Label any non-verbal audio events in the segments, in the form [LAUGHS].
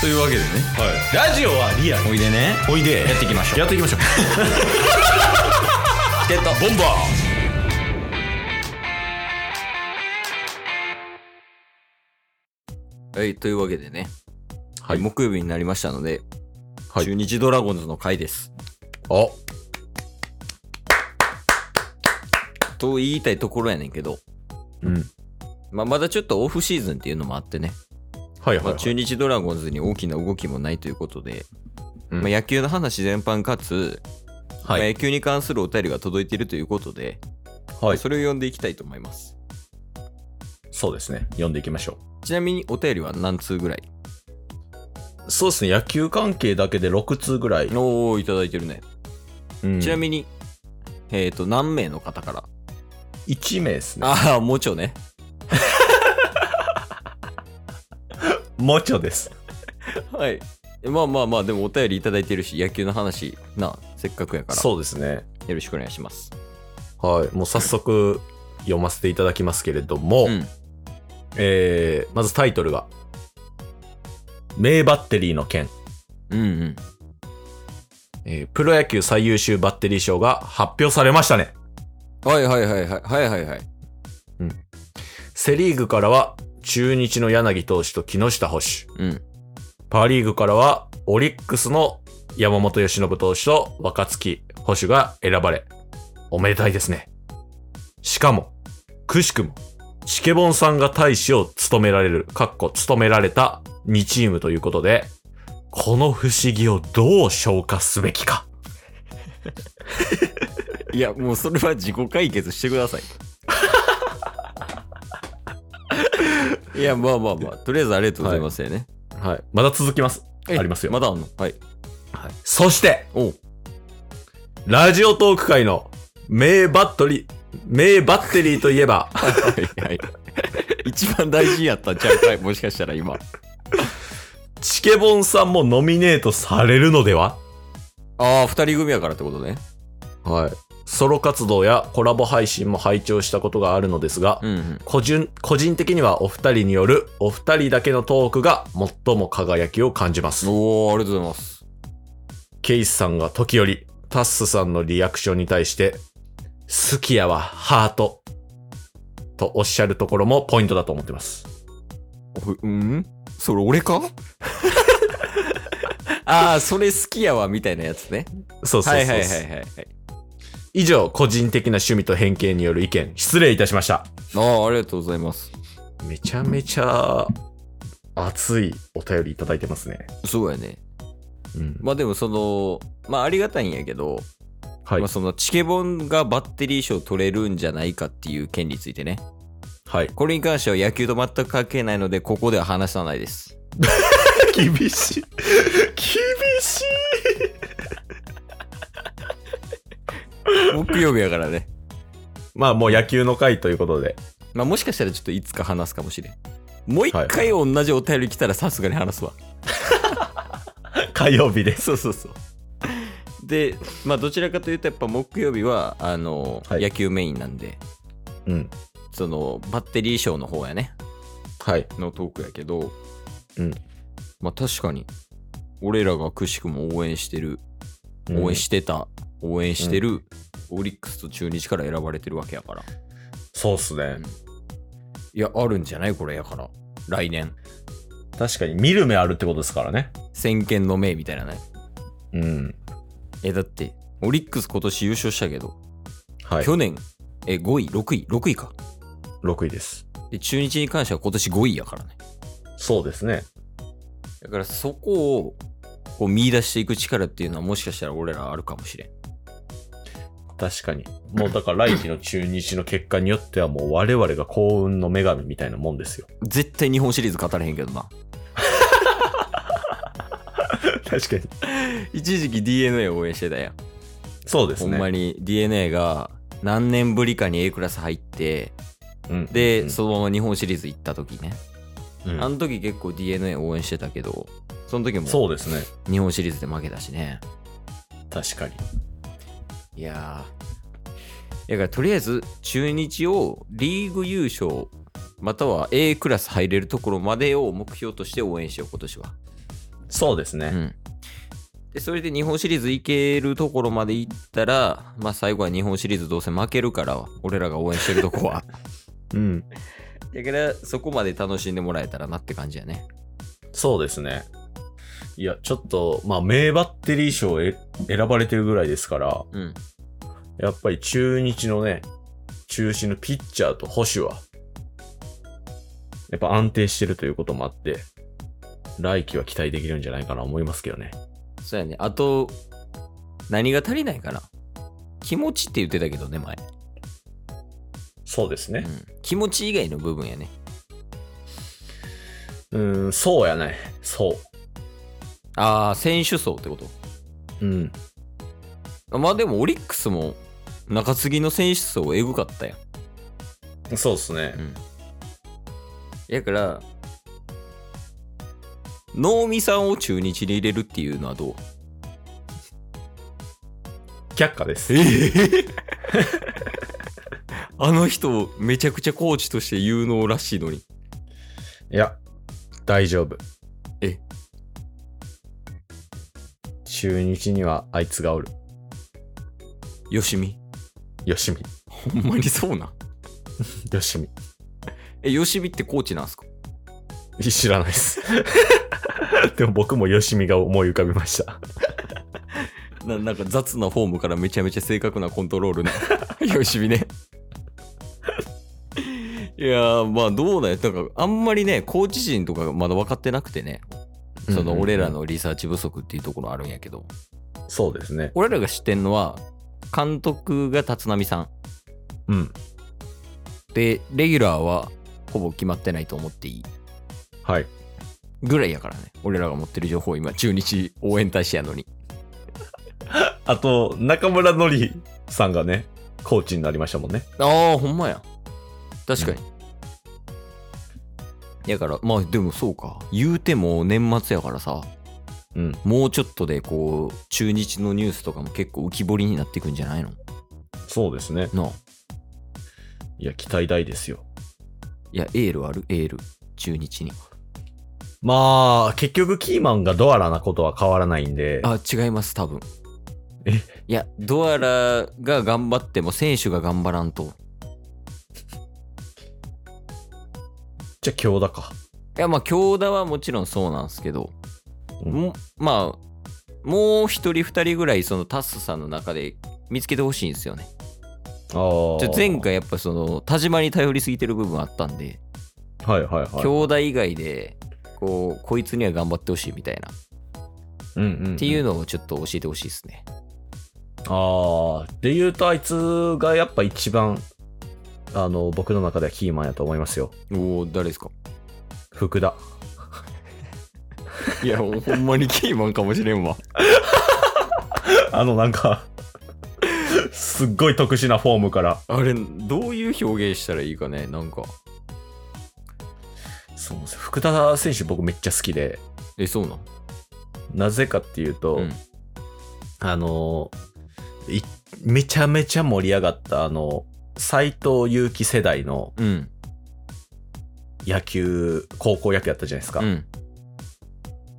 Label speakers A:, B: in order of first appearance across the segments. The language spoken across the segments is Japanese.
A: というわけでね
B: ラジオはリアル
A: おいでね
B: おいで
A: やっていきましょう
B: やっていきましょう
A: [LAUGHS] チケットボンバーはい、というわけでね、
B: はい
A: 木曜日になりましたので、
B: はい
A: 中日ドラゴンズの回です。
B: あ
A: と言いたいところやねんけど、
B: うん
A: まあ、まだちょっとオフシーズンっていうのもあってね、
B: はい
A: ま
B: はい、
A: あ、中日ドラゴンズに大きな動きもないということで、
B: うん
A: まあ、野球の話全般かつ、
B: はい
A: まあ野球に関するお便りが届いているということで、
B: はい
A: それを読んでいきたいと思います。
B: そうですね読んでいきましょ
A: ちなみにお便りは何通ぐらいう
B: そうですね野球関係だけで6通ぐらい、
A: おおいただいてるね。
B: うん
A: ちなみに、えっ、と、何名の方から
B: 1名ですね
A: ああ、もうちょね。
B: もちょです
A: はい。まあまあまあ、でもお便りいただいてるし、野球の話、な、せっかくやから、よ
B: [LAUGHS] そうですね
A: ろしくお願いします。
B: はいもう早速読ませていただきますけれども、
A: うん。
B: えー、まずタイトルが「名バッテリーの件」
A: うんうん。
B: えープロ野球最優秀バッテリー賞が発表されましたね
A: はいはいはいはい。はいはいはい。
B: セ・リーグからは中日の柳投手と木下捕手
A: うん。
B: パ・リーグからはオリックスの山本由伸投手と若月捕手が選ばれおめでたいですねしかもくしくもチケボンさんが大使を務められるかっこ務められた2チームということでこの不思議をどう消化すべきか
A: いや、もうそれは自己解決してく [LAUGHS] ださい。いや、まあまあまあ、とりあえずありがとうございますよね。
B: はいまだ続きます
A: え
B: ありますよ
A: まだあんのはい。
B: そして、
A: おう
B: ラジオトーク界の名バットリ、名バッテリーといえば、
A: はいはい。一番大事やったんちゃうかいもしかしたら今。
B: チケボンさんもノミネートされるのでは
A: ああ、二人組やからってことね。
B: はい。ソロ活動やコラボ配信も拝聴したことがあるのですが、
A: うんうん。
B: 個人個人的にはお二人によるお二人だけのトークが最も輝きを感じます。
A: おおありがとうございます。
B: ケイスさんが時折、タッスさんのリアクションに対して、好きやわ、ハート。とおっしゃるところもポイントだと思ってます。
A: うんそれ俺か [LAUGHS] ああ、それ好きやわ、みたいなやつね。
B: そうそう
A: は
B: そうそう。
A: いはいはいはいはい。
B: 以上、個人的な趣味と偏見による意見、失礼いたしました。
A: ああ、ありがとうございます。
B: めちゃめちゃ、熱いお便りいただいてますね。
A: そうやね。
B: うん。
A: まあでもその、まあありがたいんやけど、
B: はい
A: まあ。そのチケボンがバッテリー賞取れるんじゃないかっていう件についてね。
B: はい。
A: これに関しては野球と全く関係ないので、ここでは話さない
B: [LAUGHS]
A: です。
B: 厳しい。厳しい。
A: 木曜日やからね。
B: まあ、もう野球の回ということで。
A: まあもしかしたらちょっといつか話すかもしれん。もう一回同じお便り来たらさすがに話すわ。
B: 火曜日です。
A: そうそうそう。で、まあ、どちらかというと、やっぱ木曜日はあの、
B: はい
A: 野球メインなんで、
B: うん。
A: そのバッテリーショーの方やね、
B: はい。
A: のトークやけど、
B: うん。
A: まあ、確かに、俺らがくしくも応援してる、応援してた、応援してる、オリックスと中日から選ばれてるわけやから。
B: そうっすね
A: ん。いや、あるんじゃないこれやから。来年。
B: 確かに、見る目あるってことですからね。
A: 先見の明みたいなね。
B: うん。
A: え、だって、オリックス今年優勝したけど、
B: はい。
A: 去年、え、5位、6位、6位か。
B: 6位です。
A: で中日に関しては今年5位やからね
B: そうですね。
A: だからそこをこう見出していく力っていうのはもしかしたら俺らあるかもしれん
B: 確かに。もうだから来季の中日の結果によってはもう我々が幸運の女神みたいなもんですよ。
A: 絶対日本シリーズ語れへんけどな
B: 確か
A: [LAUGHS]
B: に。
A: 一時期 d n a 応援してたやん、
B: そうです
A: ほ
B: ね。
A: んまに d n a が何年ぶりかに A クラス入って
B: うん
A: で、
B: うん
A: そのまま日本シリーズ行った時ね、
B: うん
A: あの時結構 d n a 応援してたけどその時も
B: そうですね。
A: 日本シリーズで負けたしね
B: 確かに。
A: いやーだからとりあえず中日をリーグ優勝または A クラス入れるところまでを目標として応援しよう今年は
B: そうですね。
A: うん、でそれで日本シリーズ行けるところまで行ったら、まあ、最後は日本シリーズどうせ負けるから俺らが応援してると
B: [LAUGHS]
A: こは
B: うん。
A: だからそこまで楽しんでもらえたらなって感じやね
B: そうですね。いや、ちょっと、まあ、名バッテリー賞え選ばれてるぐらいですから、
A: うん
B: やっぱり中日のね、中心のピッチャーと捕手は、やっぱ安定してるということもあって、来季は期待できるんじゃないかな思いますけどね。
A: そうやねあと何が足りないかな気持ちって言ってたけどね前、
B: そうです
A: う
B: ね。
A: ん、気持ち以外の部分やね
B: うーん、そうやね。そ
A: ああ選手層ってこと
B: う。うん。
A: あまあでもオリックスも中継ぎの選手層エグかったやん
B: そうですね
A: う。んやから能見さんを中日に入れるっていうのはどう
B: 却下です。
A: [LAUGHS] あの人めちゃくちゃコーチとして有能らしいのに
B: いや、大丈夫。
A: え
B: 中日にはあいつがおる。
A: よしみ
B: よしみ。
A: ほんまにそうなん
B: よしみ。
A: えよしみってコーチなんすか
B: 知らないです。 [LAUGHS] でも僕もよしみが思い浮かびました。
A: ななんか雑なフォームからめちゃめちゃ正確なコントロールねよしみねいやーまあどうだよなんかあんまりねコーチ陣とかまだ分かってなくてねその俺ら。のリサーチ不足っていうところあるんやけど、
B: そうですね。
A: 俺らが知ってんのは監督が立浪さん
B: うん。
A: でレギュラーはほぼ決まってないと思っていい
B: はい。
A: ぐらいやからね俺らが持ってる情報今中日応援大使やのに
B: あと、中村のりさんがね、コーチになりましたもんね。
A: ああほんまや確かに、やからまあでもそうか言うても年末やからさ
B: うん。
A: もうちょっとでこう中日のニュースとかも結構浮き彫りになっていくんじゃないの
B: そうですね。
A: なあ
B: いや、期待大ですよ。
A: いやエールあるエール中日に
B: まあ、結局キーマンがドアラなことは変わらないんで。
A: あ違います多分
B: え
A: いやドアラが頑張っても選手が頑張らんと
B: じゃあ京田か。
A: いやまあ京田はもちろんそうなんですけど、
B: うん
A: もまあもう一人二人ぐらいそのタッスさんの中で見つけてほしいんですよね
B: あ
A: ち
B: あ
A: ょ前。回やっぱその田島に頼りすぎてる部分あったんで、
B: はいはいはい。
A: 京田以外でこうこいつには頑張ってほしいみたいな、
B: うんうん、
A: っていうのをちょっと教えてほしいですね
B: ああ、で言うとあいつがやっぱ一番、あの、僕の中ではキーマンやと思いますよ。
A: おお誰ですか
B: 福田。
A: いやほんまにキーマンかもしれんわ
B: あのなんか、すっごい特殊なフォームから。
A: [LAUGHS] あれどういう表現したらいいかねなんか
B: そうです福田選手僕めっちゃ好きで、
A: えそうなん
B: なぜかっていうと、
A: うん
B: あの、いめちゃめちゃ盛り上がったあの、斎藤佑樹世代の
A: うん
B: 野球、高校野球やったじゃないですか。
A: うん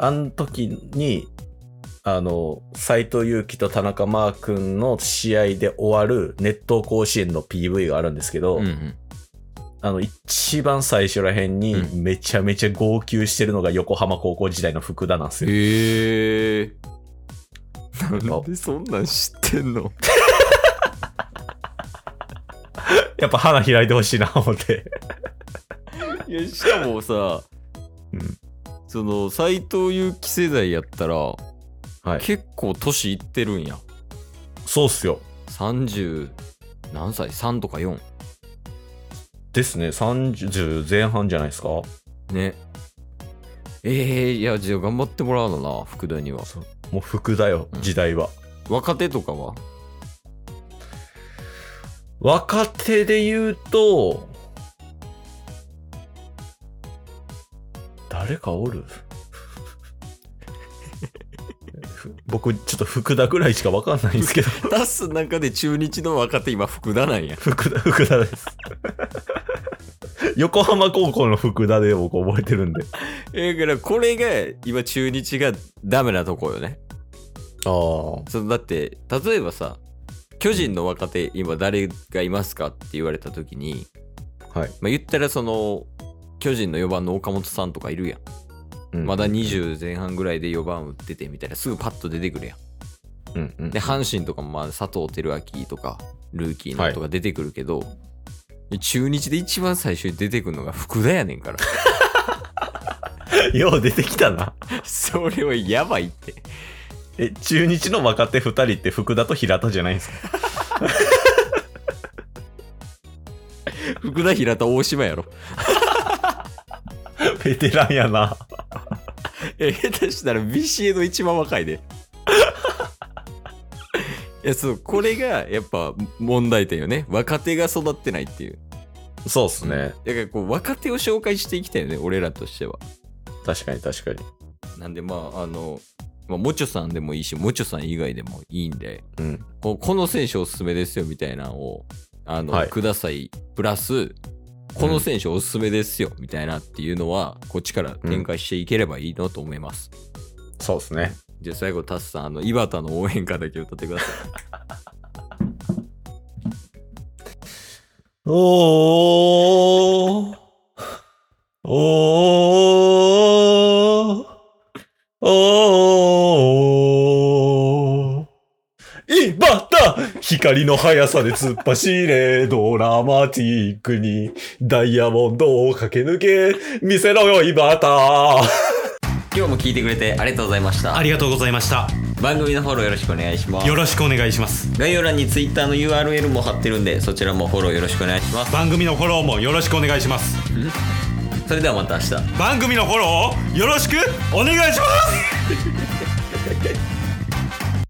B: あの時に、あの、斎藤佑樹と田中マー君の試合で終わる熱湯甲子園の PV があるんですけど、
A: うんうん
B: あの、一番最初らへんに
A: う
B: めちゃめちゃ号泣してるのが横浜高校時代の福田なんですよ。
A: へえ
B: なん
A: でそんなん知ってんの
B: やっぱ花開いてほしいな、思って。
A: いやしかもさ
B: うん。
A: その斎藤佑樹世代やったら、
B: はい。
A: 結構年いってるんや
B: そうっすよ。
A: 30何歳 ?3 とか4
B: ですね。30前半じゃないですか。
A: ねええいやじゃあ頑張ってもらうのな福田には
B: もう福田よ
A: う、ん
B: 時代は。
A: 若手とか
B: [LAUGHS]
A: は
B: 若手で言うと、誰か [LAUGHS] おるふ僕、ちょっと福田ぐらいしかわかんないんですけど、
A: 出す
B: [LAUGHS]
A: 中で中日の若手今福田なんや
B: 福田、福田です。横浜高校の福田で僕覚えてるんで。
A: えだからこれが今中日がダメなとこよね
B: ああ。
A: そのだって例えばさ巨人の若手今誰がいますかって言われた時に、
B: はい
A: まあ、言ったらその巨人の4番の岡本さんとかいるやん、
B: うん
A: まだ。20前半ぐらいで4番打っててみたいなすぐパッと出てくるやん
B: うんうん
A: で阪神とかもまあ佐藤輝明とかルーキーのとか出てくるけど、中日で一番最初に出てくるのが福田やねんから
B: [LAUGHS] よう出てきたな。
A: [LAUGHS] それはやばいって
B: え、中日の若手2人って福田と平田じゃないんですか
A: 福田平田大島やろ
B: ベテランやな。
A: え下手したらビシエの一番若いでいやそうこれがやっぱ問題点よね若手が育ってないっていう
B: そうっすね。
A: だからこう若手を紹介していきたいよね俺らとしては
B: 確かに確かに。
A: なんでまああの、まあ、もちょさんでもいいしもちょさん以外でもいいんで
B: うん。
A: こうこの選手おすすめですよみたいなのをあの、
B: はい
A: くださいプラスこの選手おすすめですよみたいなっていうのは、こっちから展開していければいいなと思います、
B: そうっすね。
A: じゃあ最後、タスさん、あの、井端の応援歌だけ歌ってください。
B: おーおーおーいばた光の速さで突っ走れ、ドラマティックに、ダイヤモンドを駆け抜け、見せろよ、いばた
A: [LAUGHS] 今日も聞いてくれてありがとうございました。
C: ありがとうございました。
A: 番組のフォローよろしくお願いします
C: よ。ろしくお願いします。
A: 概要欄に Twitter の URL も貼ってるんで、そちらもフォローよろしくお願いします。
C: 番組のフォローもよろしくお願いします。
A: それではまた明日。
C: 番組のフォローをよろしくお願いします